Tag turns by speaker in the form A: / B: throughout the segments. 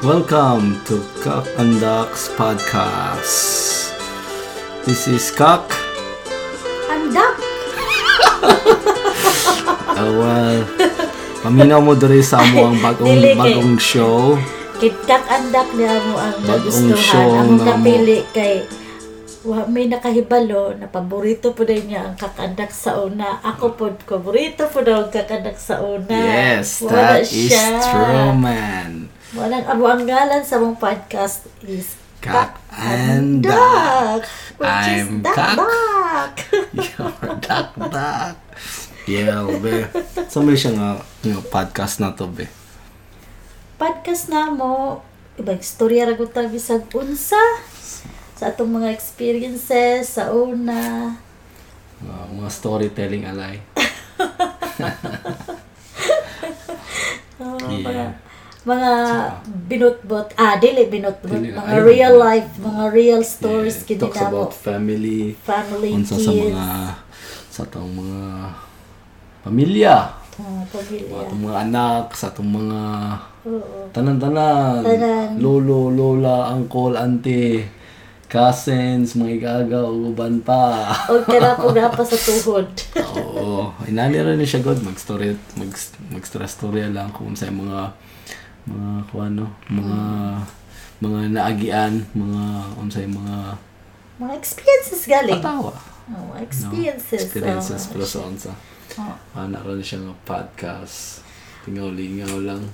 A: Welcome to Cock and Ducks Podcast. This is Cock.
B: Andak!
A: Uh, well, paminaw mo diri sa amo ang bagong,
B: Dili kay-
A: bagong show.
B: Kitak andak niya mo ang
A: Bagong
B: nagustuhan.
A: show na
B: Ang
A: mo.
B: kapili kay wa may nakahibalo na paborito po din niya ang kakandak sa una. Ako po, paborito po daw ang kakandak sa una.
A: Yes,
B: Wala
A: that is
B: siya.
A: true, man.
B: Walang abo ang ngalan sa mong podcast is
A: Kak and
B: Duck. Which is
A: I'm
B: Duck
A: Kak.
B: Duck.
A: Your duck duck. Yeah, be. So, may siya nga yung podcast na to, be.
B: podcast na mo, iba istorya ra gud ta bisag unsa sa atong mga experiences sa una.
A: Uh, mga storytelling alay.
B: Oh,
A: Yeah.
B: Mga, mga binutbot, ah, dili binutbot,
A: Dili,
B: mga
A: ayaw
B: real
A: binutbot.
B: life, mga real stories
A: Yeah,
B: kini
A: talks
B: na mo.
A: about family.
B: Family,
A: unsa
B: kids,
A: sa mga sa atong mga pamilya,
B: ah,
A: sa
B: pamilya.
A: atong mga anak, sa atong mga
B: Oo.
A: tanan-tanan,
B: Tanan.
A: lolo, lola, uncle, auntie, cousins, mga igaga, o uban pa.
B: O kaya po na pa sa tuhod.
A: Oo, inani rin ni siya god mag-story, mag, mag-storya lang kung sa mga mga kung ano, mga mga naagian, mga unsay mga
B: Mga experiences galing.
A: patawa.
B: Oh,
A: no?
B: mga experiences.
A: Experiences
B: oh.
A: plus unsa.
B: Oh.
A: Ah, naroon siya ng podcast. Tingaw-lingaw lang.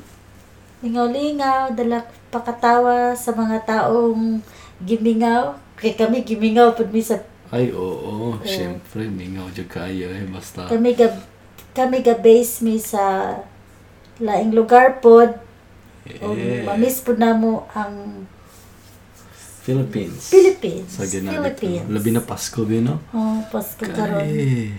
B: Lingaw-lingaw, dala pakatawa sa mga taong gimingaw. Kaya kami gimingaw pud mi sa
A: Ay, oo. Siyempre, mingaw dyan kayo eh. Basta.
B: kami ga kami ga base mi sa laing lugar pod. O
A: Eh,
B: mamiss Oh, po na mo ang
A: Philippines.
B: Philippines.
A: Sa ginagawa.
B: Philippines.
A: Labi na Pasko, ba, no?
B: Oh, Pasko karon.
A: Ay,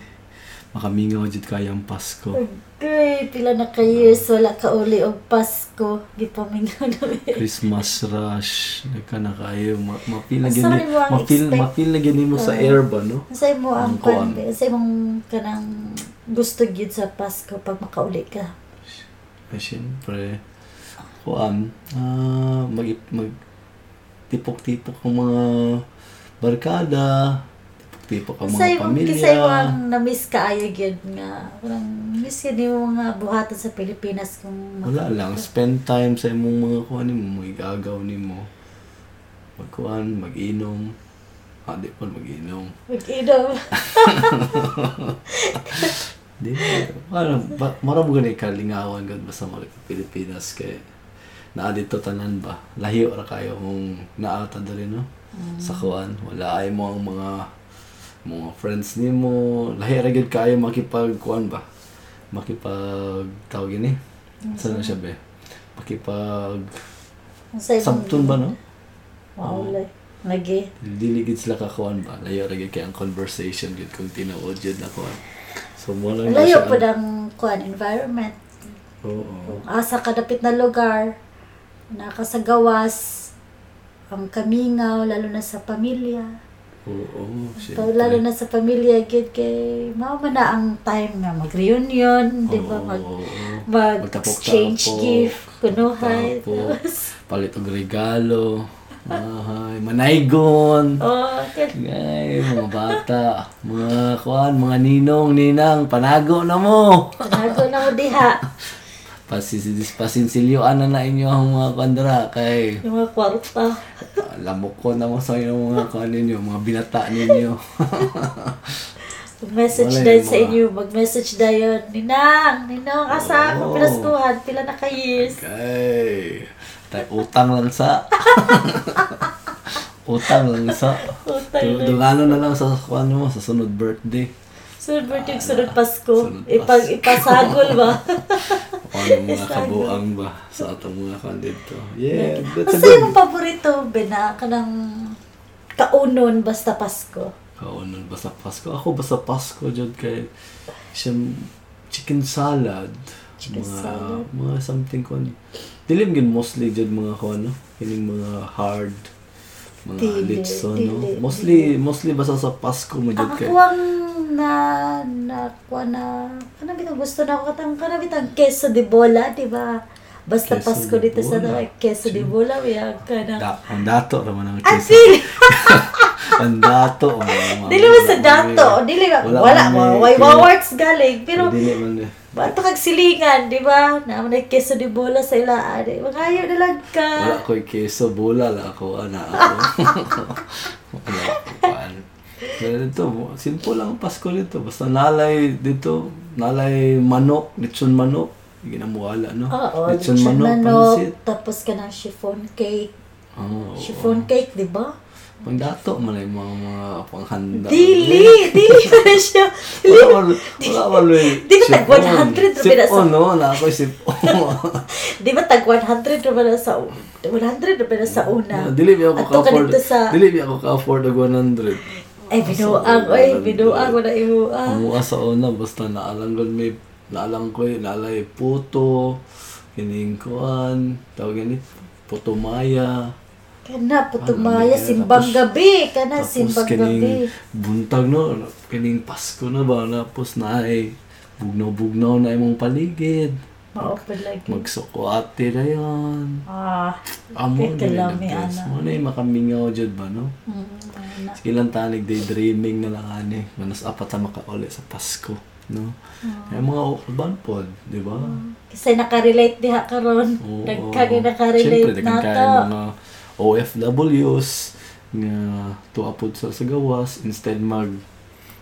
A: makamingaw dyan kayo ang Pasko.
B: Mm. Okay, pila na ka years wala ka uli og Pasko. Gipamingaw na mi.
A: Christmas rush. Nagka na kayo. Ma- mapil na
B: Sorry,
A: gini.
B: wa ang
A: Mapil,
B: expect-
A: mapil na gini mo sa air ba, no?
B: Unsay mo
A: Ang
B: ang
A: kuan.
B: kwan? be? Unsay mong kanang gusto gyud sa Pasko pag makauli ka?
A: Ay, siyempre. Kuan. um, ah mag, mag, tipok-tipok ang mga barkada. Tipok-tipok ang mga
B: Unsay mo
A: pamilya.
B: kisay mo ang na-miss ka ayo gyud nga. Parang miss ka ni mo nga buhatan sa Pilipinas kung
A: Wala lang. Spend time sa imong mga kuan nimo, mga igagaw nimo. Magkuan, mag-inom. Ah, di pa mag-inom.
B: mag-inom.
A: Di ba? Ano, ba, maramo gani kalingawan gud basta mo ka Pilipinas kay naa dito tanan ba. Layo ra kayo mong naata dali no. Sa kuan, wala ay mo ang mga mga friends nimo, lahi ra gid kayo makipag kuan ba. Makipag tawag ini. Sa na siya be? Makipag
B: Unsay mong
A: sabton ba no? Mm.
B: Maulay. Lagi.
A: Dili gid sila kakuan ba. Layo ra gid kay ang conversation gid kung tinuod jud na kuan. So mo lang na
B: Layo
A: siya-
B: po ng kuan environment.
A: Oo.
B: Kung asa ka dapit Ah, na lugar, nakasagawas, ang kamingaw, lalo na sa pamilya.
A: Oo,
B: So,
A: syempre.
B: lalo na sa pamilya, gid kay mao man na ang time nga mag-reunion, di ba?
A: Oo,
B: Mag,
A: oo, oo.
B: mag-exchange
A: Magtapok-tapok,
B: gift, kunuhay.
A: tapok,
B: Tapos,
A: Palit og regalo. Ahay, manaygon.
B: oh, kaya-
A: Ay, mga bata, mga kuan, mga ninong, ninang, panago na mo.
B: tanago na mo diha.
A: Pasisidis, pasinsilyoan na na inyo ang mga kandra kay
B: Yung mga kwarta.
A: ah, lamok ko na mo sa inyong mga kuan ninyo, mga binata ninyo.
B: Mag-message
A: Wala
B: dahil
A: yung
B: sa
A: mga-
B: inyo. Mag-message dahil. Ninang! Ninang! Asa
A: Oo.
B: ako? Pinaskuhan. Pila na kayis.
A: kay, tay utang lang sa. utang lang sa.
B: Utay na.
A: Dugano na lang sa ano mo, sa sunod birthday.
B: Sunod birthday, sunod Pasko.
A: Sunod Pasko.
B: Ipag, ipasagol ba?
A: O ano mga kabuang ba sa atong mga kandito. Yeah, that's a
B: Asa
A: good.
B: yung paborito, Bena? Kanang kaunon basta Pasko.
A: Kaunan ba sa Pasko? Ako ba sa Pasko dyan kay siyang chicken salad.
B: Chicken
A: mga,
B: salad.
A: Mga something ko. Dilim gin mostly dyan mga ko ano. Kining mga hard mga
B: Dili,
A: litson, no?
B: dili,
A: Mostly, mostly basa sa Pasko mo dyan kay.
B: Ako ang na nakuha na kana bitang gusto na ako katang kana bitang queso de bola, di ba? Basta
A: Queso
B: Pasko
A: de
B: dito sa
A: bola.
B: Tanay, queso de bola, wiyag ka na. Ah,
A: Da, ang dato naman ang
B: Ang
A: kesa.
B: feeling,
A: ang dato. mga-
B: dili ba sa dato? Dili ba? Wala
A: man
B: mo.
A: eh,
B: Way
A: kaya-
B: awards galing. Pero,
A: Dili man eh.
B: bato kag silingan, di ba? Naman ay queso de bola sa ilaan. Eh, Mangayo na lang ka.
A: Wala ko'y keso, bola lang ako, ana ako. Wala ko paan. Pero dito, simple lang ang Pasko dito. Basta nalay dito, nalay manok, litson manok. Ginamuwala, no?
B: Oo,
A: litson
B: lechon
A: manok,
B: manok,
A: pansit.
B: tapos ka ng chiffon cake.
A: Oo.
B: Chiffon cake, di ba?
A: Pang dato, malay mga mga panghanda.
B: Dili! Dili pa na siya.
A: Wala wala wala wala.
B: Di ba tag 100
A: Sip
B: rupiah na sa-
A: on, no? Na ako sip on.
B: Di ba tag 100 na ba na sa una? 100 na ba na sa una?
A: Ah, Dili mi ako
B: Ato ka
A: ka-afford.
B: dito sa...
A: Dili mi ako ka-afford og 100.
B: Ay, binuang. Ay, binuang. Wala imuang.
A: Kumuha sa una, basta naalang ko may, naalang ko eh, naalay puto, kining kuan, tawag ganit, puto maya,
B: Kana,
A: Ano,
B: putumaya. Simbang
A: tapos-
B: gabi. Kana,
A: tapos
B: simbang gabi.
A: kining buntag no, kining Pasko na ba, tapos na ay, bugnaw-bugnaw na imong paligid,
B: Mao pa lagi.
A: magsukuate na yon.
B: Ah.
A: Amo na
B: Kaya
A: yun,
B: kalami,
A: the best.
B: ana.
A: Mo na yung makamingaw dyan ba, no?
B: Mm, ano.
A: Sige lang tanig, daydreaming na lang ani. Manas apat na makauli sa Pasko, no?
B: Ah.
A: Yung mga urban pod, di ba?
B: Kasi nakarelate diha karon.
A: Oo.
B: Nagkani
A: Siyempre,
B: nakarelate na
A: nagkang
B: to.
A: kaya mga OFWs nga tuapod sa sa gawas instead mag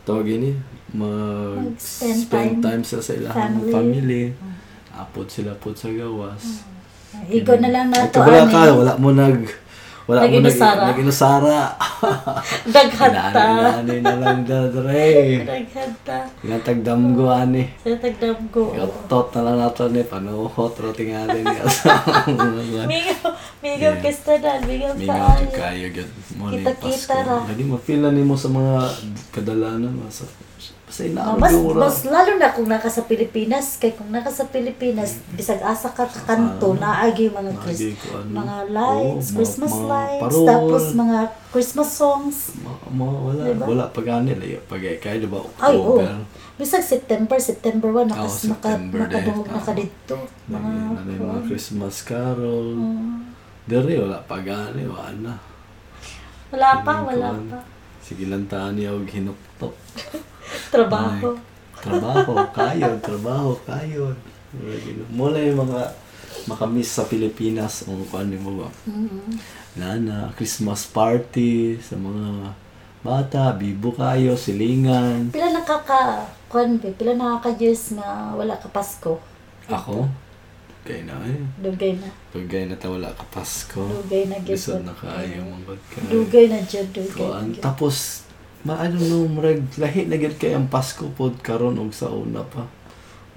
A: tawag ini mag
B: Mag-spend
A: spend time
B: time.
A: sa sa ilahang
B: Family. Mm.
A: family. family. Apod sila pod sa gawas.
B: Igo na lang
A: Ito
B: nato
A: wala
B: Mm. ani.
A: ka, wala mo nag wala mo nag
B: Nag-inusara.
A: nag-inusara.
B: Daghanta.
A: Inaanay na lang dadre.
B: Daghanta.
A: Natagdamgo ani.
B: Sa tagdam ko.
A: Gatot na lang nato ni panuhot rating ani ni
B: Migaw, migaw
A: Yeah.
B: kista na, migaw sa
A: Mingaw
B: ayo.
A: jud kayo gyud mo ni
B: Kita-kita
A: Pasko.
B: ra.
A: Lagi mo feel na nimo sa mga kadalanan mga sa sa
B: Ah,
A: inaarog
B: Mas,
A: yung ura.
B: mas lalo na kung naka sa Pilipinas, kay kung naka sa Pilipinas, bisag asa ka ka kanto, naagi yung mga
A: Mm. naagi
B: Chris,
A: ko, ano.
B: mga lights,
A: Oo, mga-
B: Christmas
A: mga
B: lights,
A: parol.
B: tapos mga Christmas songs.
A: Ma- ma- wala
B: Diba?
A: wala pa gani layo pag kay diba
B: Ay, oo.
A: October.
B: Bisag September, September 1,
A: Oo,
B: nakas, naka,
A: Oh, September din.
B: nakadungog na ka
A: Oo.
B: dito.
A: Lagi
B: Mga, Mm.
A: na na ano, yung mga Christmas
B: oo.
A: carol. Dere wala pa gani wala na.
B: wala
A: Feeling
B: pa,
A: ko,
B: wala
A: ano,
B: pa.
A: Sige lang taan niya og hinuktok.
B: Trabaho.
A: Like, trabaho, kayo, trabaho, kayo. Mula yung mga makamiss sa Pilipinas o kung ano mo ba.
B: Mm-mm.
A: Lana, Christmas party sa mga bata, bibo kayo, silingan.
B: Pila nakaka, kuan be, pila nakaka-years na wala ka Pasko.
A: Ako? Kaya na eh.
B: Dugay na.
A: Pagay na ta wala ka Pasko.
B: Dugay na gid.
A: Lisod na kayo mangod ka.
B: Dugay na dyan, dugay. na
A: Kuan.
B: gyud.
A: Tapos, maano no, murag, lahi na gid kay ang Pasko pod karon og sa una pa.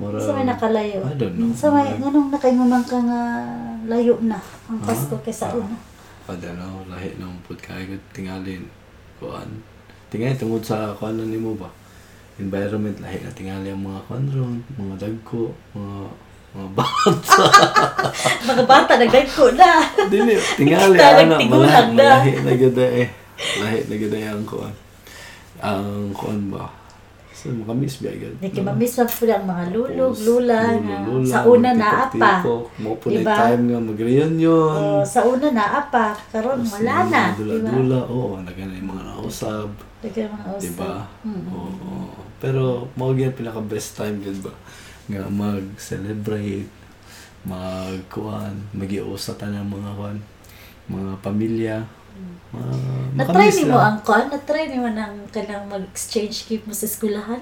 A: Murag,
B: Sa may nakalayo.
A: I don't know.
B: Sa may,
A: Murag-
B: nganong nakainumang ka nga layo na ang Pasko kaysa
A: Ah.
B: una.
A: Padalaw, lahi ng pud kayo tingalin. Kuan. Tingay tungod sa kuan na nimo ba? Environment lahi na tingali ang mga kuan ron, mga dagko, mga mga bata.
B: Mga bata, nagdagko na.
A: Dili tingali
B: Kita
A: ana
B: nagtigulang
A: malahi,
B: na.
A: malahi na gyud eh. Lahi na gyud eh ang kuan. Ang kuan ba? So makamiss ba gyud?
B: Hindi ka mamiss na po ang mga
A: Ah.
B: lulog,
A: Tapos,
B: lula. na
A: lulog,
B: sa una na apa.
A: tipok-tipok. Mao po na
B: Diba?
A: time nga mag-reunion.
B: Oh, sa una na apa. Karon
A: Tapos
B: wala
A: yung
B: na.
A: mga
B: Di ba?
A: Dula-dula, oh, oo, nagana yung mga nausap,
B: Dagay mga
A: di
B: usap.
A: ba?
B: Mm.
A: Diba? Oo, oo. Pero, mawag yan pinaka-best time, di ba? Nga mag-celebrate, mag-kuan, mag-iusa ta ng mga kuan, mga pamilya, mga
B: Mm-hmm. Na-try
A: makamiss
B: ni mo
A: lang.
B: ang kon? Na-try ni mo ng kanang mag-exchange gift mo sa eskwelahan?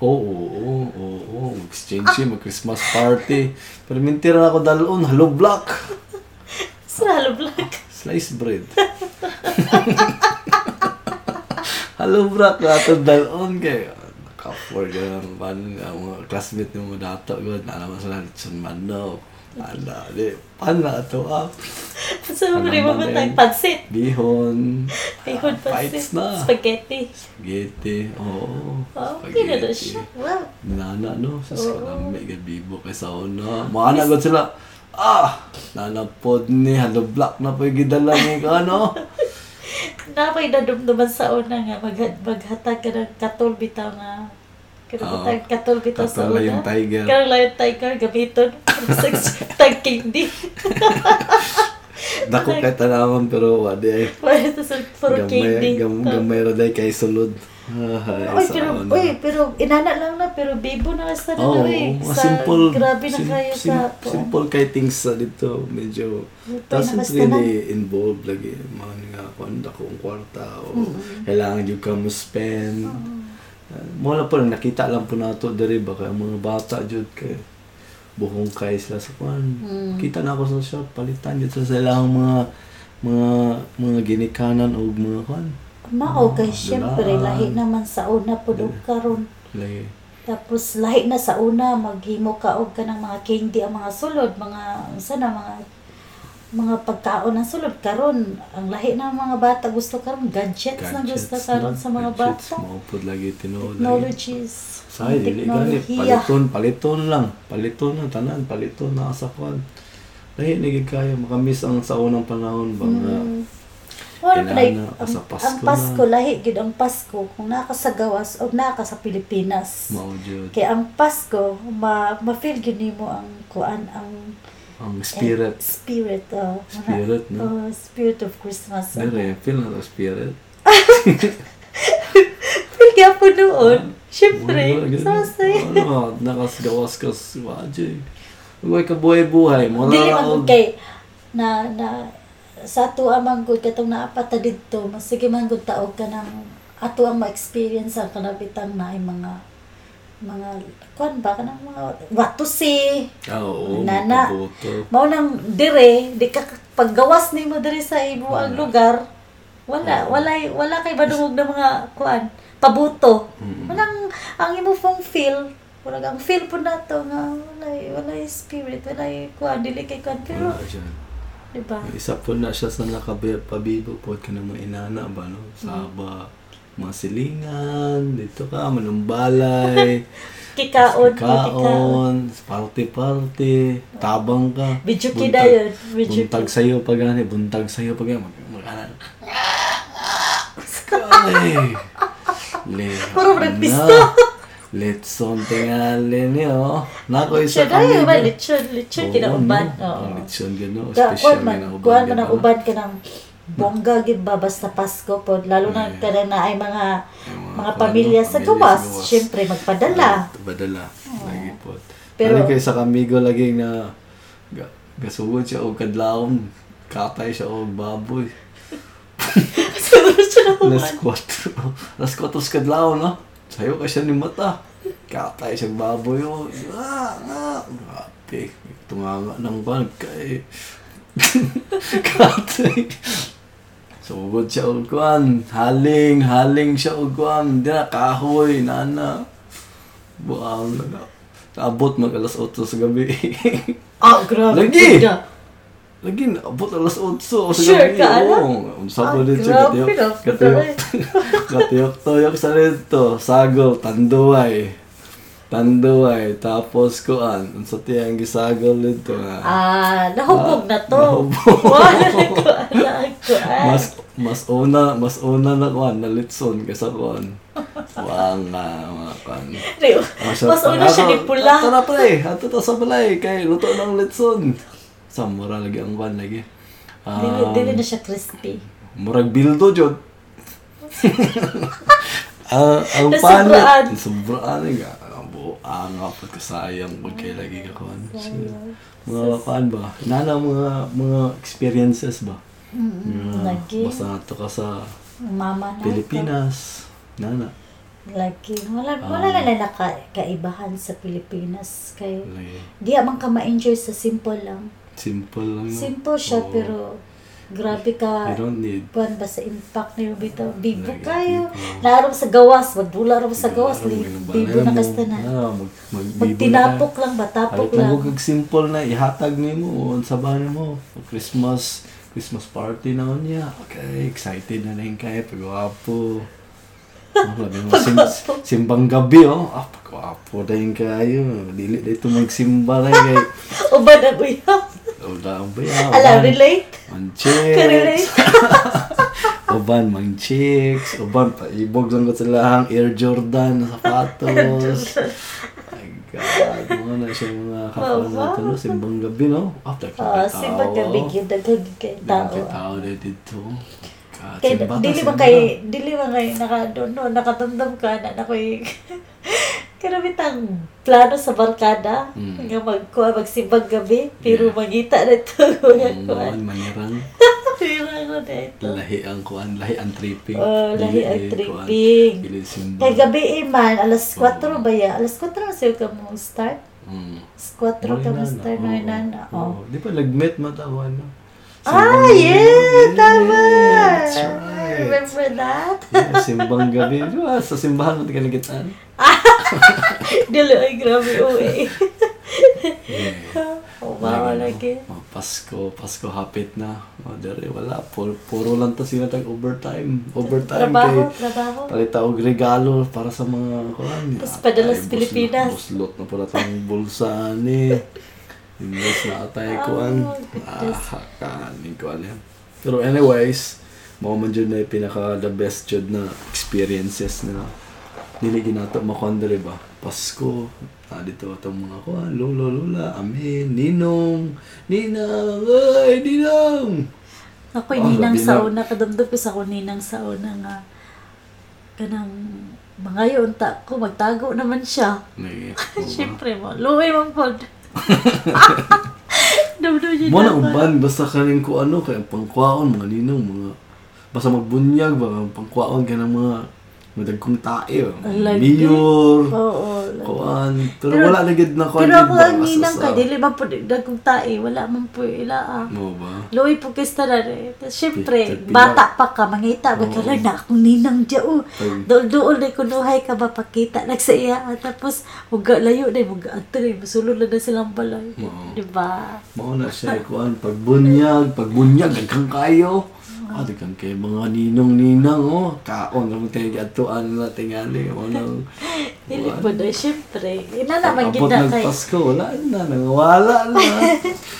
A: Oo, oo, oo, oo, exchange
B: Ah!
A: yun, mag-Christmas party. Pero mintira na ako dalon, hello block!
B: Sa halo black.
A: Sliced bread. Hello, bro. Kato dalon kayo. Naka-afford ka ng pan. Ang mga classmate ng mga dato ko. Nalaman sila, Richard Mano. Ala, di. Pan na ito ah.
B: Sa mo
A: Ano
B: rin mo
A: naman yun?
B: tayong pansit.
A: Bihon.
B: Bacon
A: ah,
B: pansit.
A: Fights na.
B: Spaghetti.
A: Spaghetti. Oo.
B: Oh, okay na na
A: spaghetti.
B: siya. Wow.
A: Nana, no? Sa
B: Oo.
A: sarang may gabibo kay sa una. Maanagod sila. Ah! Nanapod ni, halo black na po yung gidala ni ka, no?
B: Napay nadumduman sa una nga, maghat maghatag ka ng katol bitaw nga.
A: Oo.
B: Kanang katol bitaw sa
A: Ah, Katol
B: una.
A: na yung tiger.
B: Kanang lion tiger, gamiton. Sa tag kingdi.
A: Dako kay tanawan pero wadi ay.
B: Para sa sa- for
A: Gamay,
B: kingdi.
A: gam, gamay ra day kay sulod. Ah,
B: Oy,
A: sa
B: pero,
A: ano.
B: oy, pero inana lang na, pero bibo na sa
A: Oo,
B: na eh.
A: mga
B: Sa,
A: simple,
B: grabe na
A: sim-
B: kayo
A: sim-
B: sa...
A: simple kay things sa dito, medyo,
B: Dito,
A: doesn't
B: nabasta
A: really involve lagi, mga nga, kung ako ang kwarta, o
B: Mm-hmm.
A: kailangan yung ka mo spend. Ah, Mula pa lang, nakita lang po nato dari ba, kaya mga bata jud kay buhong kay sila sa kwan.
B: Mm.
A: Kita na ako sa shop, palitan jud sa sila ang mga mga mga ginikanan o mga kwan.
B: Mao
A: Ah,
B: kay syempre
A: dulaan.
B: lahi naman sa una pud og karon.
A: Like,
B: Tapos lahi na sa una maghimo ka og kanang mga candy ang mga sulod, mga unsa na mga mga pagkaon ang sulod karon. Ang lahi na ang mga bata gusto karon gadgets, na gusto karon sa mga
A: gadgets,
B: bata.
A: maupod lagi tinood. lagi.
B: Technologies.
A: Say, dili gani. kan
B: teknolohiya.
A: Paliton, paliton lang. Paliton na, tanan. Paliton na sa kwan. Lahi, nagig kaya. Makamiss ang sa unang panahon. Ba, nga,
B: Hmm. Wala
A: Kailangan
B: pa Mm. like,
A: na,
B: ang,
A: sa Pasko
B: ang Pasko, lahi gid ang Pasko kung naa ka sa gawas o naa ka sa Pilipinas.
A: maudyod.
B: Kaya ang Pasko, ma, ma-feel gid nimo ang kuan ang
A: Ang spirit.
B: Spirit, oh.
A: Spirit, no?
B: Oh, spirit of Christmas.
A: Dere, feel na ang spirit.
B: Pero kaya po noon,
A: Ah,
B: syempre,
A: Wala, ganun.
B: sasay.
A: Ano, nakasgawas-gas. Wajay. Huwag ka buhay-buhay. Mula
B: Dili
A: raon.
B: man kay na na sa ato amang good katong naapata didto, mas sige man good taog ka nang ato ang ma-experience ang kanabitang na ay mga mga kuan ba kanang mga watusi.
A: Ah, Oo,
B: Nana.
A: makabuto.
B: Mao nang dire, di ka paggawas nimo dire sa ibo ang lugar. Wala, wala wala kay badungog na mga kuan, pabuto. Walang ang imo pong feel, wala ang feel po nato nga wala wala spirit, wala kuan dili kay kuan pero
A: Wala siya.
B: di ba?
A: Isa po na siya sa nakapabibo po ka ng mga inana ba, no? Saba, mga silingan, dito ka, manumbalay,
B: Kikaon, kikaon.
A: kaon, party-party, tabang ka.
B: Video
A: buntag-
B: kida yun, video
A: Buntag sa'yo pag ano, buntag sa'yo pag ano, mag- mag-anan. Ay! Le,
B: Puro
A: ano,
B: breakfast.
A: Let's something alin niyo. Nako isa
B: Siya dayo ba
A: kanina.
B: lechon, lechon
A: Oo,
B: kinauban.
A: no?
B: Oo.
A: Lechon gano'n.
B: Ka-
A: Special
B: Kuan
A: na
B: man,
A: uban.
B: kuan man ang
A: gano'n.
B: uban ka ng bongga gid ba basta Pasko po lalo na
A: Yeah.
B: kada na ay mga
A: Yung mga kuan, no?
B: mga pamilya sa
A: Pamilya sa
B: gawas,
A: gawas.
B: syempre magpadala.
A: Badala. Lagi po.
B: Pero-
A: Pero, kay sa kamigo lagi na ga, gasugod siya o kadlaon. Katay siya o baboy.
B: Siguro siya na po.
A: Las 4. Las 4 sa kadlaon, no? Sayo ka siya ni mata. Katay siya baboy o. Ah, ah. Grabe. Tumanga ng bag kay. Katay. Sugod siya o kwan. Haling, haling siya o kwan. Di na, kahoy, nana. Buang na na. Abot mag alas 8 sa gabi.
B: Ah, grabe.
A: Lagi!
B: Ganda.
A: Lagi na, abot alas 8 sa
B: Sure
A: gabi.
B: ka, ala?
A: Oo. Ang sapo
B: Ah,
A: din siya.
B: grabe
A: Katiyok,
B: na,
A: katiyok.
B: putay.
A: katiyok toyok sa rito. Sagol, tanduay. Tanduay. Tapos kuan. Ang sa tiyang gisagol dito. nga.
B: Ah, nahubog na to.
A: nahubog.
B: Wala ko alam ko. ah.
A: Mas mas una mas una na kuan na litson kaysa kuan. Wang nga mga kuan.
B: Real.
A: Ah, sa-
B: Mas una siya
A: ano,
B: ni pula.
A: Ato na pre, ato to sa balay kay luto ng litson. Sa mura lagi ang kuan lagi. Ah,
B: Dili, dili na siya crispy.
A: Murag bildo jud. Ah, ang
B: Nasubraan.
A: panit. Sobraan nga. Ang buo anga pag kasayang pag kay lagi ka kuan. So, Mga kuan ba? Nana mga mga experiences ba?
B: Mm-mm,
A: Nga,
B: Hmm, Mm, lagi.
A: Basta nato ka sa
B: Mama na.
A: Pilipinas. Nana.
B: Lagi. Wala, wala
A: Ah.
B: na lang naka, kaibahan sa Pilipinas. Kay,
A: Lagi.
B: di man ka ma-enjoy sa simple lang.
A: Simple lang. no?
B: Simple siya
A: Mm. Oo.
B: pero ah, grabe ka.
A: You don't need.
B: Buwan ba sa impact ni Rubito? Bibo
A: Lagi,
B: kayo. Naarong sa gawas. Magdula rin sa gawas.
A: Ano,
B: li-
A: ganun ba?
B: Bibo
A: Alam
B: na
A: mo,
B: kastanan.
A: ah, mag, magbibo na tayo.
B: Magtinapok lang ba? Tapok
A: Halit lang
B: lang.
A: kung simple na ihatag ni mo on sa bahay mo. O Christmas, Christmas party na on niya. Okay, excited na rin kayo. Pagwapo. Sim, simbang gabi oh. Ah, pagwapo na rin kayo. Dili na ito magsimba na kayo.
B: O ba na uyap?
A: Ah, Wala ang bayaw.
B: Ala, relate?
A: Ang chips.
B: Ka-relate?
A: O uban mang chicks, uban pa ibog lang ko sila ang Air Jordan na sapatos. My God, mga na siya mga kapwa natin, no? Simbang gabi, no? After
B: Oh,
A: kakatawa.
B: si magkabigyan dagdag kay tao.
A: Ang tao na dito. God,
B: Kay,
A: simbata,
B: oh. dili ba
A: simbata.
B: kay, dili ba kay, naka, no, no, nakatamdam ka na na ko'y, karamitang plano sa barkada,
A: Mm.
B: nga magkuha, magsibag gabi,
A: Yeah.
B: pero
A: Hmm.
B: mangita na ito, kuya
A: Ang
B: kuha.
A: bawal manirang.
B: Pero ako na ito.
A: Lahi ang kuan, lahi ang tripping.
B: Oh, lahi ang
A: Dili, kuan,
B: tripping.
A: Dili simbang.
B: Kay gabi eh man,
A: Hmm.
B: alas 4 ba ya? Alas 4 na sa'yo ka mong start?
A: Mm.
B: Alas 4 ka mong start, no, nana.
A: Oo.
B: Oh.
A: Di ba nag-met matawan no?
B: Ah, yeah! Tama!
A: That's right.
B: Remember that?
A: Yeah, simbang gabi. Di ba? Sa simbahan mo ka nagitaan.
B: Dili, ay grabe, uwi.
A: Yeah.
B: Oh, mawala lagi.
A: Oh, Pasko, Pasko hapit na. Oh, dere, wala. Puro, puro lang ta sila tag overtime. Overtime
B: Trabaho,
A: kay
B: trabaho.
A: palita og regalo para sa mga kuan.
B: Tapos padala sa
A: Ay,
B: Pilipinas.
A: Buslot, buslot na pala tong bulsa ni. Imbes na atay kuan.
B: Oh, goodness.
A: ah, kanin ko yan. Pero anyways, mao man jud na yung pinaka the best jud na experiences na dili ginato makuan dali ba. Pasko, ah, dito itong mga kuan, lolo, lola, amin, ninong, ninang, ay, ninang!
B: Ako'y
A: Oh,
B: ninang
A: labi
B: sa
A: na.
B: una, kadamdam ko sa ako ninang sa una nga. Kanang mga yun, ta ko, magtago naman siya.
A: May,
B: Siyempre mo, luwi mong pod. Dumdum yun
A: Mo na
B: ako.
A: uban basta kaning ko ano kay ang pangkuaon mga ninong mga basta magbunyag ba ang pangkuaon kay ng mga madagkong tae ba.
B: Alagay.
A: Mayor,
B: Oo. oo.
A: kuan. Pero,
B: Oh, Pero-
A: wala na gid na kuan.
B: Pero
A: gid
B: ako
A: ba,
B: ang
A: as-
B: ninang
A: as-
B: ka,
A: ah.
B: dili ba po dagong tae, wala man po ila ah.
A: Mo ba?
B: Luwi po kista na rin. Siyempre,
A: Pi- pi-
B: bata pa ka, mangita ba ka
A: Oo.
B: lang na akong ninang dya o.
A: Pag-
B: Dool-dool oh. na kunuhay ka ba pakita na sa iya. At tapos, huga layo na, huga ato na, masulod na na silang balay. Diba?
A: Oo.
B: Di ba?
A: Mao na siya kuan pagbunyag, pagbunyag daghang kayo.
B: Oh.
A: Ah, daghang kay mga ninong-ninang oh. Kaon ra mo tayo atuan na tingali. Mao nang
B: Dili po na, siyempre. Eh, Ina naman
A: Abot
B: kita
A: ng
B: kay...
A: Pasko, wala na, nangawala na.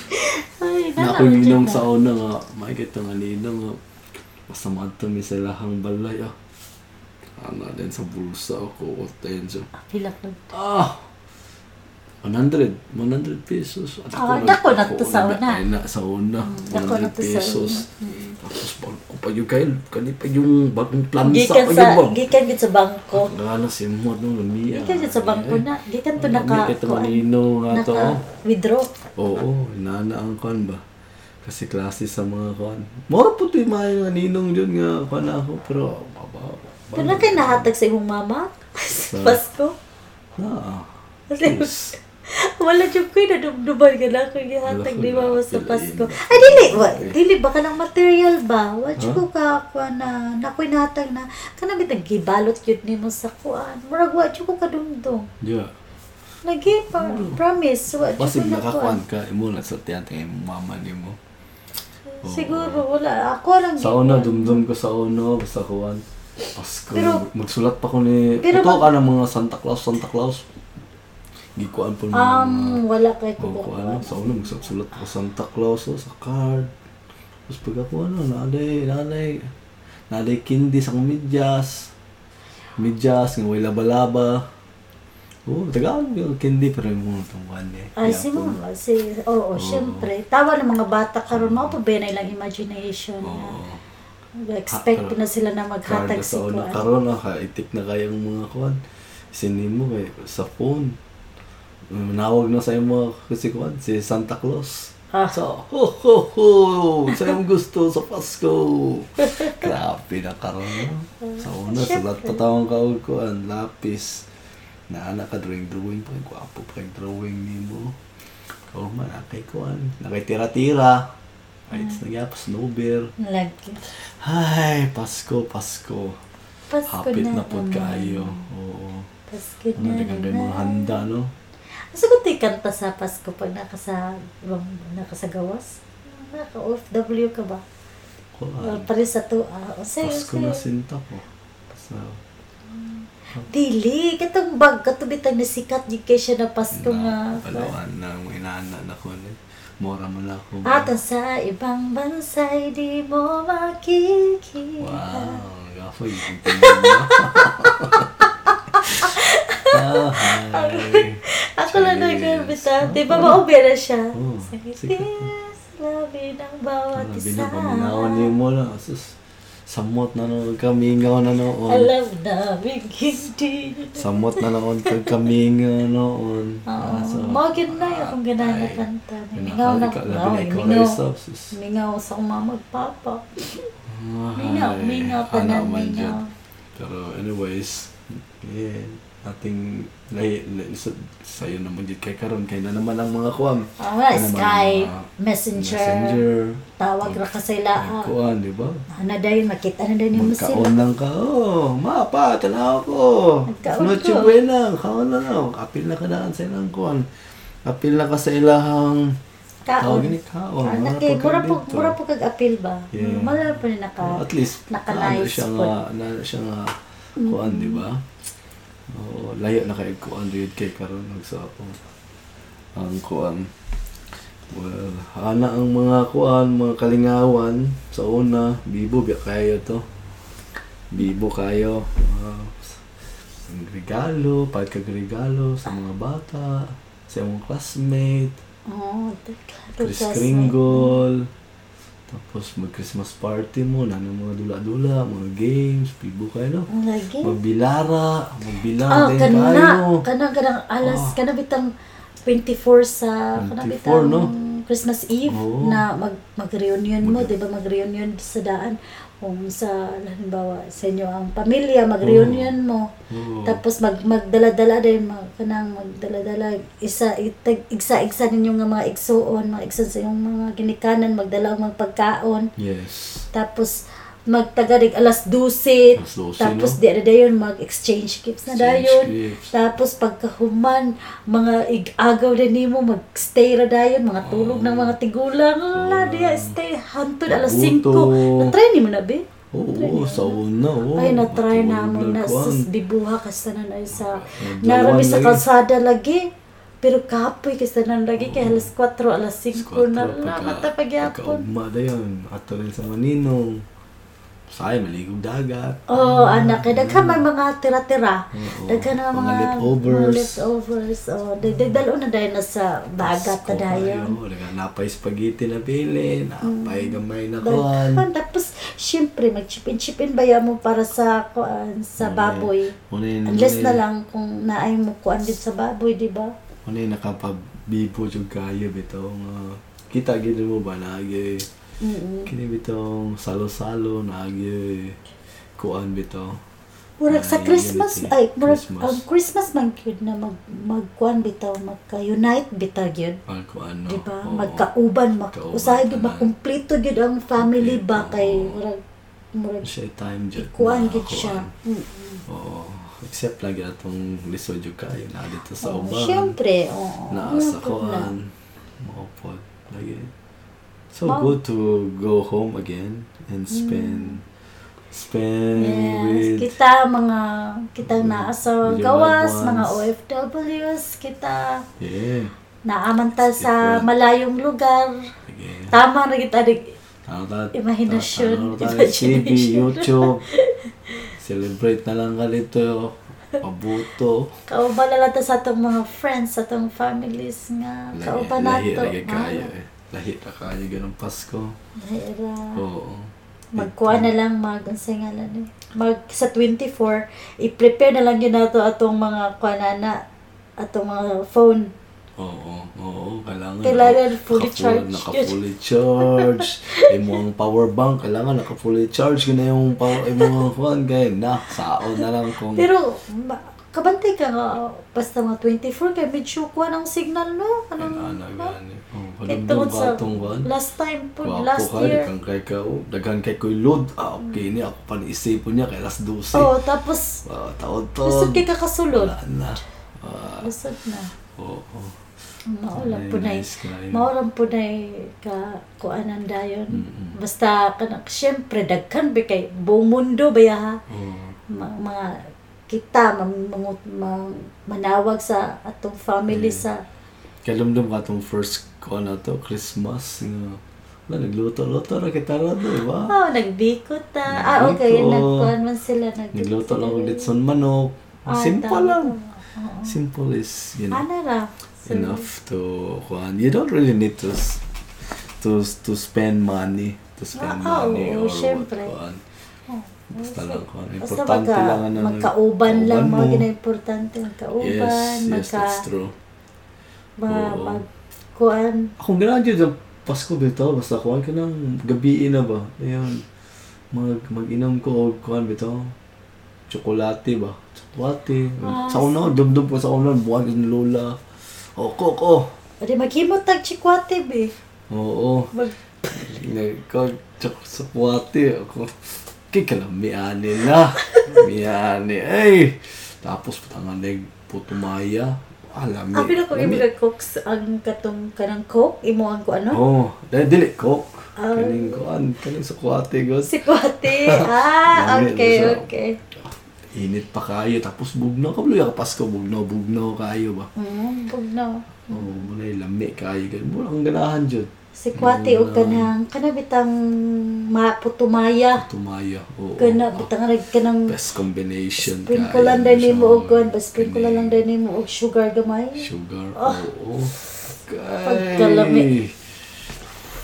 B: Ay, ina
A: Nakoy
B: naman
A: ninong
B: kita.
A: sa una nga, makikita nga ninong nga, masama ito may silahang balay ah. Ana din sa bulsa ako, what the hell, so,
B: Pilak na.
A: Ah! 100, 100 pesos. At
B: Ah,
A: nag-
B: dako na to sa una. Mm,
A: Ay na, sa una.
B: dako na
A: 100
B: to sa Mm.
A: pesos. Tapos bago ko pa yung kail, kani pa yung bagong plansa
B: Gikan
A: pa
B: sa,
A: yun ba?
B: gikan gid sa bangko.
A: Gana si Mo, no, lumiya.
B: Gikan gid sa bangko
A: Eh,
B: na. Gikan to
A: Ang
B: naka...
A: dami kay itong
B: kuan,
A: ninong nga to,
B: naka-
A: oh.
B: Withdraw.
A: Oo, inanaan kan ba? Kasi klase sa mga kan. Mora po ito yung mga ninong dyan nga kan ako, pero baba.
B: Pero na kay nahatag sa imong mama? Sa Pasko?
A: Na.
B: Yes. Wala jud ko na dumduman ka na kung
A: Wala
B: gihatag
A: ko
B: ni
A: na.
B: mama sa
A: Wala
B: Pasko.
A: yun.
B: Ay, dili! Wa, dili ba ka ng material ba? Wa jud ko ka kuha na nakoy nahatag na kanamit ang gibalot yun ni mo sa kuan. Murag wa jud ko ka dumdum.
A: Yeah.
B: Lagi pa, promise. Wa jud ko
A: Basig
B: na kuha.
A: nakakuan Hmm. ka, imo na sa tiyante yung mama ni mo.
B: Siguro wala. Ako lang
A: Oh. Sa una, dumdum ko sa uno, basta kuan. Pasko,
B: Pero-
A: magsulat pa ko ni...
B: Pero
A: Totoo ka ng mga Santa Claus, Santa Claus. Gikuan po ng mga...
B: Um, wala kay
A: Oo,
B: ko.
A: kung ano, sa una magsusulat ako Santa Claus o sa card. Tapos pag ako ano, nanay, nanay, nanay kindi sa midyas. Midyas, nga way laba-laba. Oo, Tagalog yung kindi, pero yung mga tungkuhan niya. Kaya
B: Ay, Ah, si
A: po,
B: mama. Si,
A: Oh.
B: oo, syempre. Tawa ng mga bata karon mao pa ba ilang imagination.
A: Oo.
B: na Expect na sila na
A: Card na
B: maghatag
A: Oh. sa
B: sa
A: una
B: kuan.
A: karon ah, itik na kayang mga kuan. Sinin mo kay sa phone. Manawag na sa imo kasi kuan si Santa Claus.
B: Ah.
A: So, ho ho ho, sa iyong gusto sa Pasko. Grabe na karon. no? Sa una, sa lahat patawang kaog kuan, lapis. Naana ka drawing drawing pa, gwapo pa yung drawing nimo. Kaog man, nakay kuan, nakay tira-tira. Ay, it's nagyapos, no beer.
B: Lagi.
A: Ay, Pasko, Pasko.
B: Pasko
A: Hapit na,
B: na
A: po
B: naman.
A: kayo. Oo.
B: Pasko
A: Ano,
B: na
A: dagang kayo mga
B: naman.
A: handa, no?
B: Sagot ay kanta sa Pasko pag nakasa, ibang, nakasagawas. Naka-OFW ka ba?
A: Kuhan.
B: Uh, pare sa to. ah, o sa'yo,
A: Pasko na
B: sa'yo.
A: sinta ko. So,
B: Dili, katong bag, katubitang nasikat yung kay siya na Pasko nga.
A: na, palawaan na, ang inaanak na ko. ni. Mora
B: Ah,
A: mo na ako.
B: At ang sa ibang bansa'y di mo makikita.
A: Wow. apoy. Ang tingin mo. Ah, hi.
B: Ako lang na
A: Cheers.
B: garbita. Di ba maubira siya?
A: Oo.
B: Sa
A: Ah, Oh, Sige.
B: kitis, labi ng bawat
A: Ano,
B: isa.
A: binapaminawan niyo mo lang. Sus, samot na noon kamingaw na noon.
B: Alam namin hindi.
A: Samot na noon kag kamingaw noon.
B: Oo.
A: Ah, so, ah,
B: Mga ginay akong ganaan na
A: ay,
B: kanta. Mingaw
A: Mingaw
B: na
A: ka,
B: ako.
A: labi na ikaw
B: Mingaw.
A: Rizal, sus.
B: Mingaw sa akong mama at papa.
A: Ay,
B: Mingaw, mingaw,
A: ano
B: tanan,
A: man
B: mingaw.
A: dyan. Pero anyways, yeah, ating lahi, lahi, sa, sa'yo naman dyan kay Karon, kay na naman ang mga kuwam.
B: Ah, wala,
A: Ano man,
B: Skype,
A: mga
B: Messenger, Ah,
A: Messenger.
B: tawag ra ka sa ila.
A: Ay, kuwan, di ba?
B: Ano dahil, makita na dahil mo sila.
A: Magkaon lang ka. Oh, mapa, tanaw ko.
B: Magkaon
A: Noche
B: ko.
A: buena, kaon na lang. Apil na ka na sa ilang kuwan. Apil na ka sa ilahang
B: Kaon.
A: Tawag ni kaon.
B: Ah,
A: Wala
B: naki,
A: pa
B: mura
A: ka
B: po,
A: dito.
B: mura po kag-appeal ba?
A: Yeah.
B: Mala pa rin naka,
A: At least,
B: naka-nice Mm.
A: naano siya
B: po.
A: nga, naano siya nga, kuan, di ba? Oo, layo na kayo kuan, dude, kay karon nagsapo. Ang kuan. Well, ana ang mga kuan, mga kalingawan. Sa una, bibo biya kayo to. Bibo kayo. Ah, ang regalo, pagkagregalo sa mga bata, sa mga classmate,
B: Oo, deklaro
A: Chris
B: ka sa-
A: Kringle. Tapos mag-Christmas party mo, nano mga dula-dula, mga games, pibo kayo no?
B: Ang lagi.
A: Magbilara,
B: Mm. Ah,
A: magbilang din
B: kana,
A: tayo.
B: kana kanang alas,
A: Ah.
B: kana bitang 24 sa, kana
A: 24,
B: bitang
A: no?
B: Christmas Eve
A: Oo.
B: na mag, mag-reunion mo,
A: Mag-
B: di ba mag-reunion sa daan. Kung sa, halimbawa, sa inyo ang pamilya, mag-reunion mo.
A: Oo.
B: Tapos mag magdala-dala din mag kanang magdala-dala isa itag igsa-igsa ninyo nga mga igsuon, mga igsa sa yung mga ginikanan, magdala og mga pagkaon.
A: Yes.
B: Tapos magtagarig alas 12.
A: Alas 12,
B: tapos
A: no?
B: di na dayon mag-exchange gifts
A: Exchange
B: na dayon.
A: gifts.
B: Tapos pagkahuman, mga igagaw na nimo magstay ra dayon, mga tulog ng mga tigulang. Ala, diya stay hantod alas 5.
A: Paguto.
B: Na-try nimo na be?
A: Oo, oo, sa una, oo.
B: Ay, na-try
A: Matulog
B: namin na
A: kuwan.
B: sus, dibuha ka sa nanay sa
A: Ang
B: narami
A: dalawan lagi.
B: sa kalsada lagi. Pero kapoy ka sa nanay lagi kay alas 4, alas 5
A: Squadra,
B: na lang
A: pagka-
B: matapagyapon.
A: Pagkaugma na yun. Ato rin sa Maninong. Sayang, maligog dagat.
B: Oo, oh, anak. Eh, daghan may mga tira-tira.
A: Oo.
B: Daghan
A: Mga
B: na mga,
A: leftovers.
B: Mga leftovers. Oh, dagdalo na dahil na sa bagat na dayon.
A: Wala ka napay spaghetti na pili,
B: Mm.
A: napay gamay na kuwan.
B: Daghan. Tapos, syempre, mag-chipin-chipin baya mo para sa kuan,
A: Mm.
B: sa baboy.
A: Unin,
B: Unless na lang kung naay mo kuan din sa baboy, di ba?
A: Unin, nakapabibo Ano yung kayo bitong ah, kita gini mo ba nagi
B: Mm-mm.
A: kini bitong salo-salo nagi kuan bito
B: Murag sa
A: Ay,
B: Christmas,
A: Ah, unity.
B: ay, murag,
A: Christmas.
B: ang Christmas man yun na mag, magkuan bitaw, magka-unite bitaw yun.
A: al kuan no
B: Di ba?
A: Oo.
B: Diba? Magkauban, mak
A: Magkauban
B: usahay gyud
A: tanan.
B: makumpleto gyud ang family ba
A: Kumpleto,
B: kay
A: oo.
B: murag murag
A: siya time jet na
B: kuan gyud siya.
A: kuan.
B: Mm-mm.
A: oo except lagi atong lisod yung kayo na dito sa
B: Oo,
A: uban
B: Syempre, oo.
A: na sa
B: Ano po na?
A: kuan maupod lagi so
B: Ma'am.
A: good to go home again and spend spend
B: Mm. Yes,
A: with
B: kita mga kitang naa sa
A: with your
B: gawas,
A: Mm. loved
B: mga
A: ones.
B: OFWs, kita
A: yeah
B: naaman ta sa
A: Different.
B: malayong lugar.
A: again
B: Tama na kita dig-
A: Ano ta?
B: Imahinasyon.
A: ta- ano tayo, TV,
B: Imagination.
A: YouTube. Celebrate na lang kalito. Pabuto.
B: Kauban na lang ta sa atong mga friends, sa atong families nga kauban
A: lahi
B: nato.
A: lagi kayo
B: Ah,
A: eh. Lahi na kayo ganun Pasko.
B: lahi ra.
A: Oo.
B: Magkuha na lang mag, ang singalan eh. Mag, sa 24, i-prepare na lang yun nato atong mga kuanana, atong mga phone.
A: Oo, oo, kailangan.
B: Kailangan
A: naka-
B: fully
A: naka-full-
B: charged.
A: Naka-fully charge. Imo ang power bank, kailangan naka-fully charge ko na yung power, imo ang phone, kaya na, saon na lang kung...
B: Pero, ma- kabantay ka nga, oh, basta mga 24, kaya medyo kuha ng signal, no?
A: Ano,
B: Anong,
A: ano, gani. Oo,
B: Kaya
A: palugdog ba
B: tungod um, sa
A: itong kuwan?
B: last time po,
A: Wapo
B: last
A: ka,
B: year.
A: Dagan kay ka, oh, dagan kay ko'y load. Ah, okay ni, ako pa naisipon niya kay last 12.
B: Oo, tapos,
A: Ah, taon-taon.
B: lusot Oh. kay kakasulod.
A: Wala na. Ah,
B: Lusot na.
A: oo. oo. Ay,
B: Maulang Oh, po na
A: nice kayo.
B: Maulang po eh, ka kuanan dayon. Basta kanak syempre dagkan ba kay buong mundo ba ya ha?
A: Oo.
B: Ma- mga kita mam- mangut- mang- manawag sa atong family sa
A: Kalumdum ka itong first ko na to, Christmas. Nga, Wala, nagluto-luto ra kita ron, di ba?
B: Oh, nagbikot ta. Ah,
A: Nagbikot.
B: okay. Nagkuhan man sila. Nag
A: Nagluto lang ako litson manok.
B: Ah,
A: Simple
B: tama,
A: lang.
B: tama. Oo.
A: Simple is, you know,
B: Ano ra? So,
A: enough to, kuhan. You don't really need to, s- to, to spend money. To spend
B: Ah, oo,
A: money or
B: oo, syempre.
A: what, kuhan.
B: oh,
A: Basta lang, kuhan.
B: Basta
A: Importante
B: magka,
A: lang, ano,
B: magkauban
A: kauban
B: lang mga
A: mo.
B: gina-importante. Magkauban,
A: Yes, yes,
B: magka,
A: that's true.
B: ma,
A: Oo.
B: magkuhan.
A: Akong graduate ng Pasko bitaw, basta kuhan ka ng gabi na ba? Ayun. Mag, mag-inom ko og kuhan bitaw. Tsokolate ba? Tsokolate.
B: Ah,
A: sa una, dumdum ko sa una, buwan ni Lola. O, ko, ko.
B: O di maghimot tag chikwate be.
A: Oo.
B: Mag,
A: Nagkag tsokolate ako. Kikalamiani na. Miani. Ay! Tapos patangan na putumaya. Alami.
B: Abi na ko
A: lami.
B: imong cooks ang katong kanang coke imo ang ko ano?
A: Oh, dahil dili ko.
B: Ah.
A: Kaling kuan, kaling sa kuwate gos.
B: Si Kwate. Ah,
A: Dami,
B: okay,
A: isa.
B: okay.
A: Init pa kayo, tapos bugno ka ka Pasko, bugno, bugno kayo ba?
B: Mm, bugnaw.
A: Oh, muna lami kayo. Ganun, muna ang ganahan dyan.
B: Si Kwate o kanang kanabitang maputumaya.
A: Tumaya, oo.
B: Kana bitang rag kanang
A: Oh, Best combination
B: sprinkle lang din
A: siya.
B: nimo og kuan, ba sprinkle lang din nimo og sugar gamay.
A: Sugar,
B: Oh.
A: oo.
B: Pagkalami.
A: Kay.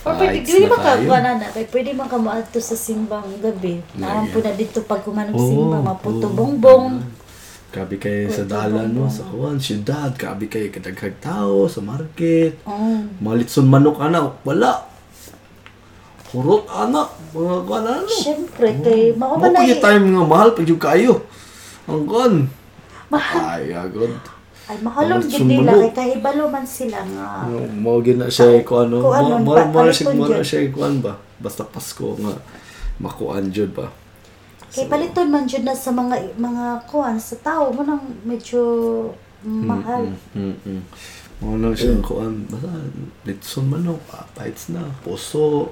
B: Or pwede,
A: Lights
B: di
A: na
B: ba ka
A: tayo.
B: kuan na? Kaya pwede man ka moadto sa simbang gabi. Naan po na dito pag kumanog
A: Oh,
B: simbang, maputo bongbong.
A: Grabe kayo sa dalan no, sa kuwan, syudad. Grabe kayo kadaghag tao, sa market.
B: Mm.
A: Mga litson manok anak, wala. Hurot anak, mga kuwan ano.
B: Siyempre, kay mao
A: Mao
B: man
A: pa
B: ay
A: yung time nga mahal pag yung kayo. Ang kuwan.
B: mahal
A: Ay, agad.
B: ay mahalong
A: Mahal
B: gid nila
A: sumulo.
B: kay kahibalo man sila nga.
A: Mao gina siya ko ano,
B: Kuan
A: mao
B: nun
A: mao
B: ba?
A: mao siya
B: Paliton
A: mao
B: dyan.
A: siya kuwan ba. Basta Pasko nga makuan jud ba.
B: Kay paliton man jud na sa mga mga kuan sa tao mo nang medyo mahal.
A: Mm. Mao na siya kuan, basta litson manok, ah, bites na, puso.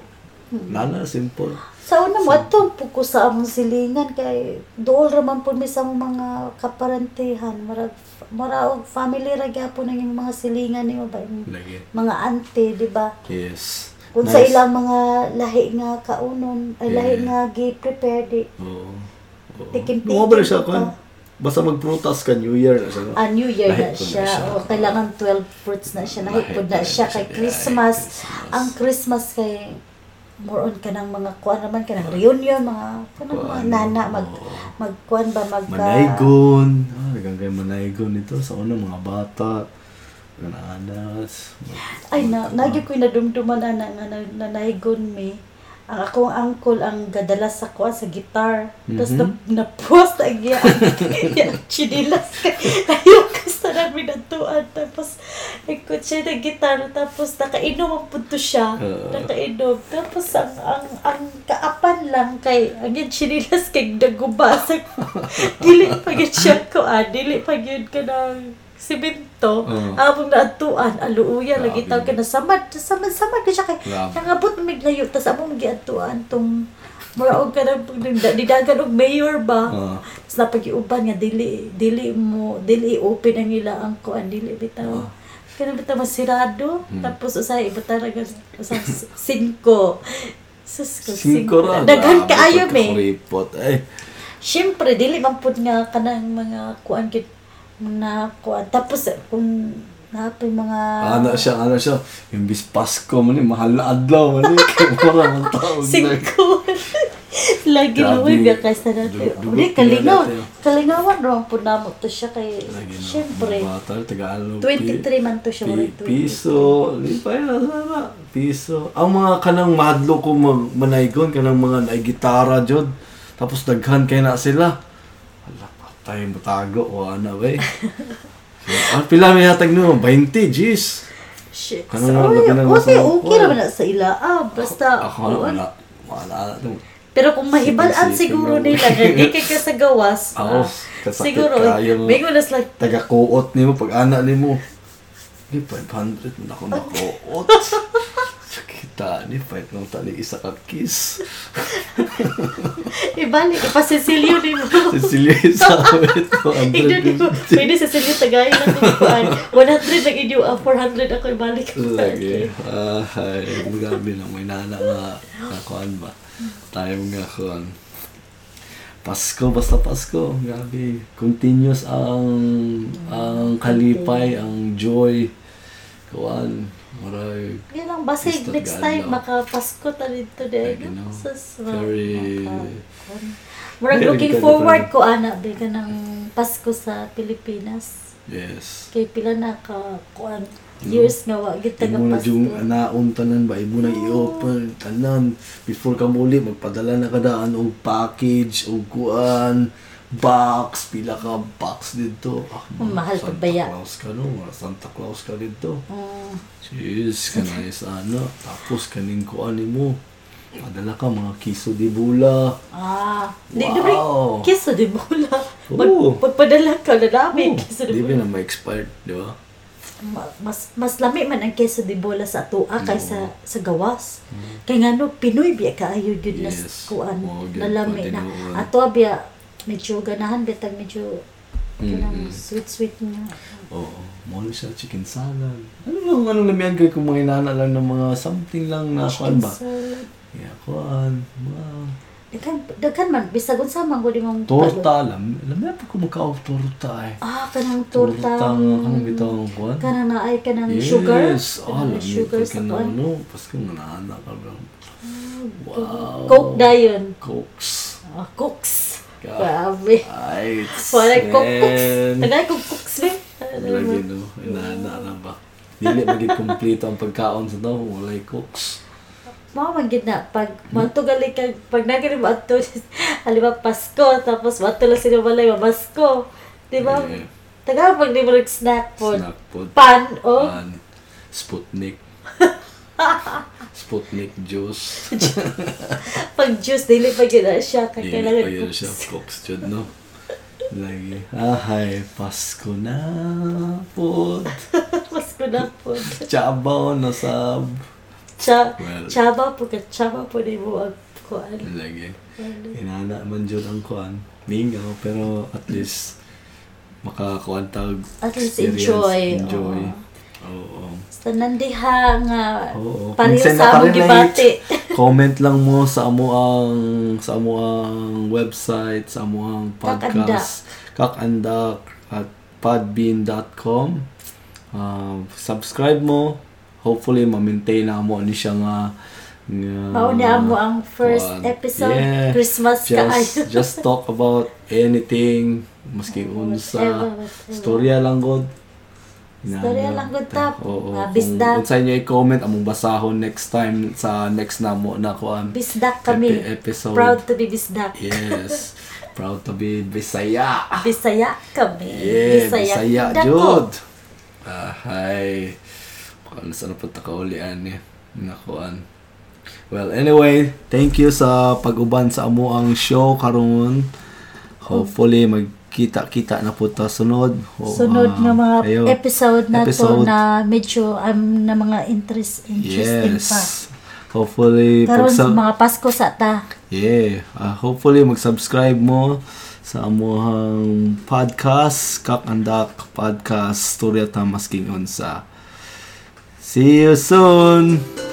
B: Hmm.
A: Nana simple.
B: Sa una mo atong puko sa among silingan kay dool ra man pud mi sa among mga kaparantihan, marag mara og family ra gyapon ang imong mga silingan nimo ba imong
A: Lagi.
B: mga auntie, di ba?
A: Yes.
B: Kung sa ilang mga lahi nga kaunon, ay lahi
A: Yeah.
B: nga gi-prepare di
A: Oo. Oo.
B: Tikim-tikim
A: Mao ba siya
B: pa.
A: kuan? Basta magprutas ka New Year na siya. no?
B: Ah, New Year na
A: Nahipod
B: siya. O, kailangan 12 fruits na siya. Nahipod na
A: Nahipod
B: siya
A: na
B: kay
A: siya.
B: Christmas.
A: Christmas.
B: Ang Christmas kay more on ka ng mga kuan naman ka ng reunion, mga kanang mga
A: Kuan,
B: nana, mag,
A: oo.
B: magkuan ba, ah, magka...
A: Manaygon. Ah, hanggang kay Manaygon ito. Sa una, mga bata. Mga anas.
B: Ay, na, nagyo ko'y nadumduman na na, na, na naigon me. Ang akong uncle ang gadala sa kuan sa guitar. Tapos
A: Mhm.
B: na, na-post ang iya ang chinilas. Ayaw ko sa namin natuan. ah. Tapos ikot siya ng guitar. Tapos nakainom ang punto siya.
A: Oo.
B: nakainom. Tapos ang, ang, ang kaapan lang kay ang yung chinilas kay daguba sa dili pa yun siya kuan. Dili pa yun ka ng simento.
A: Oo.
B: Abong naadtuan, aluuya
A: Grabe.
B: lagi taw ka na samad, samad, samad ka siya kay
A: Grabe.
B: nangabot mig layo tas among giadtuan tong muraog ka na pag nagda- didagan og mayor ba.
A: Ah,
B: Tas napagiuban nga dili dili mo dili open ang ila ang kuan dili bitaw.
A: Ah. Hmm.
B: Kana bitaw masirado tapos usahay ibutang ra usang s- singko. Sus ko
A: singko ra.
B: Daghan
A: Grabe,
B: kaayo me.
A: pagkakuripot. Ah, Ay,
B: Syempre dili man pud nga kanang mga kuan gid na kuan tapos eh, kung naapay mga
A: ano siya, ano siya. Imbis Pasko man eh, mahal na adlaw man eh. Kaya parang ang taon na.
B: Singko. Lagi
A: Grabe.
B: luwi biya kay sa dati.
A: Dugo- dugo
B: Hindi,
A: pa
B: kalingaw.
A: natin.
B: Kalingawan raw po na mo to siya kay,
A: Lagi na,
B: syempre,
A: mga Bata, Tagalog.
B: 23 man to siya.
A: Pi-
B: wala, 20.
A: piso, di pa yun, sana. Piso. Ang mga kanang madlo ko mag manaygon, kanang mga naigitara jod. Tapos daghan kay na sila. Ala, patay mo tago o ano ba eh. Ang pila may hatag nyo, 20, jeez.
B: Shit.
A: Ano
B: So,
A: nga,
B: ay,
A: labi na nga
B: Okay,
A: sa-
B: okay naman na sa ila. Ah, basta.
A: Ako na,
B: oo.
A: wala. Wala na ito.
B: Pero kung mahibalaan
A: Sipin-sipin
B: siguro
A: lang.
B: nila, hindi kay ka sa gawas.
A: Oo,
B: ah,
A: kasakit
B: siguro,
A: kayo mo.
B: bigo nas lang,
A: Taga-kuot ni mo, pag anak ni mo. Ni 500 mo na ako nakuot. Sakita ni 5 nung tali isa ka kiss.
B: Ibalik, ipasesilyo ni mo.
A: Cecilia sa awit ko.
B: Hindi di ba? Pwede sa sinyo tagayin ang kukuhan. 100 ang inyo, ah, 400 ako ibalik.
A: Lagi. Ay, grabe lang. May nana nga kakuan ba? Tayo nga kuan. Pasko, basta Pasko. Grabe. Continuous ang ang kalipay, ang joy. Kuan. Maray.
B: Yan lang, basig
A: Gusto
B: next
A: God,
B: time,
A: no?
B: makapasko ta dito
A: I
B: din.
A: don't know.
B: Sus, ma-
A: Ano? Very-
B: makakuan. Murag
A: Very
B: looking
A: good,
B: forward
A: ano?
B: ko, ana, din ka ng Pasko sa Pilipinas.
A: Yes.
B: Kay pila na ka, kuan, years nga wa, gita
A: Ibo na
B: Pasko.
A: yung anaon tanan ba? Ibo na i-open tanan. Before ka muli, magpadala na kadaan og package, og kuan, box, pila ka box dito. Ah,
B: Ang mahal
A: Santa
B: pagbaya.
A: Claus ka no, mga Santa Claus ka dito.
B: Mm.
A: Jeez, kanay sa ano. Tapos kaning kuan mo. Padala ka mga kiso di bula.
B: Ah, di
A: Wow.
B: wow. dobre kiso di bola. Pag,
A: Oo.
B: pagpadala ka na namin, kiso
A: Oh,
B: di
A: Di ba
B: bola.
A: na ma-expired, di ba?
B: Ma- Mas, mas lami man ang kiso di bola sa atua kaysa
A: Mm.
B: sa gawas. Kaya nga no, Pinoy biya kaayo yun na
A: Yes.
B: kuan,
A: Oo, eh. gyud,
B: na lami na.
A: padinuon.
B: Atua biya, medyo ganahan bitag medyo
A: Mm,
B: kanang sweet-sweet niya.
A: Oo. Mall siya, chicken salad. Ano lang, anong lamihan kayo kung mga inana lang ng mga something lang na kuan ba?
B: Salad.
A: Yeah, kuan. Wow.
B: Daghan, daghan man, bisag unsa man gud imong palo.
A: Torta, alam. Alam mo pa kung magkaog torta eh.
B: Ah, kanang torta.
A: Torta, anong bitaw ang kuan?
B: Kanang naay kanang sugar.
A: Yes, ah, alam.
B: Kanang
A: Sugar
B: sugar sa
A: ka na,
B: kuan.
A: ano. Pasko nga naanak ka lang. Wow.
B: Coke dayon.
A: Cokes.
B: Ah, cooks.
A: Ka-
B: Grabe.
A: Ay,
B: Wala yung cook- cooks.
A: man.
B: Tagay kong cooks ba? Ano
A: Lagi
B: ba?
A: no, inaanak na ba? Dili magiging kompleto ang pagkaon sa tao. Wala yung cooks.
B: Mga magid na, pag matugali ka, pag nagaling mo ato, halimbawa Pasko, tapos mato lang sila balay, mamasko. Di ba?
A: Yeah.
B: Taga pag di mo snack po.
A: Snack Ah. food.
B: Pan, oh.
A: Pan. Sputnik. Sputnik juice.
B: Pag juice, dili pa yun na siya. Kaya
A: Dili
B: kailangan
A: pa yun
B: cooks.
A: siya. Cooks jud, no? Lagi. Ahay, Ah, Pasko na po.
B: Pasko na po.
A: Chabaw na sab.
B: Cha,
A: Well.
B: chaba po ka, chaba po di mo ang kuan.
A: Lagi. Inana man jud ang kuan. Mingaw, pero at least makakuan tag
B: At least
A: experience,
B: enjoy,
A: Enjoy. Oo.
B: Sa nandiha nga,
A: Oo.
B: pareho
A: Minsan
B: sa among
A: nakarelate.
B: gibati.
A: Comment lang mo sa amo ang sa amo ang website, sa amo ang podcast, kakandak at podbean.com. Um, subscribe mo. Hopefully ma-maintain na mo ni siya nga nga
B: Mao na mo ang first
A: kuwan.
B: episode
A: Yeah.
B: Christmas ka
A: just, just talk about anything maski unsa
B: Whatever, whatever.
A: storya lang god
B: Storya lang gud tap. Ah,
A: Oo,
B: Mga
A: kung
B: bisdak.
A: unsa inyo i-comment among basahon next time sa next namo na kuan
B: Bisdak kami.
A: epi- episode.
B: Proud to be bisdak.
A: Yes. Proud to be Bisaya.
B: Bisaya kami.
A: Yeah, Eh, Bisaya,
B: dako.
A: jud. Ahay. Kung ano saan napunta ka uli, ani. Nakuan. Well, anyway, thank you sa pag-uban sa amo ang show karon. Hopefully, magkita-kita na po ta sunod. O,
B: Sunod
A: ah,
B: nga mga
A: kayo.
B: episode na
A: Episode.
B: to na medyo um, na mga interest interesting
A: Yes.
B: pa.
A: Hopefully,
B: Karon
A: pagsa-
B: mga Pasko sa ta.
A: Yeah. Ah, hopefully, mag-subscribe mo sa amuhang podcast, Kakandak Podcast, Storya Tamasking Unsa. See you soon!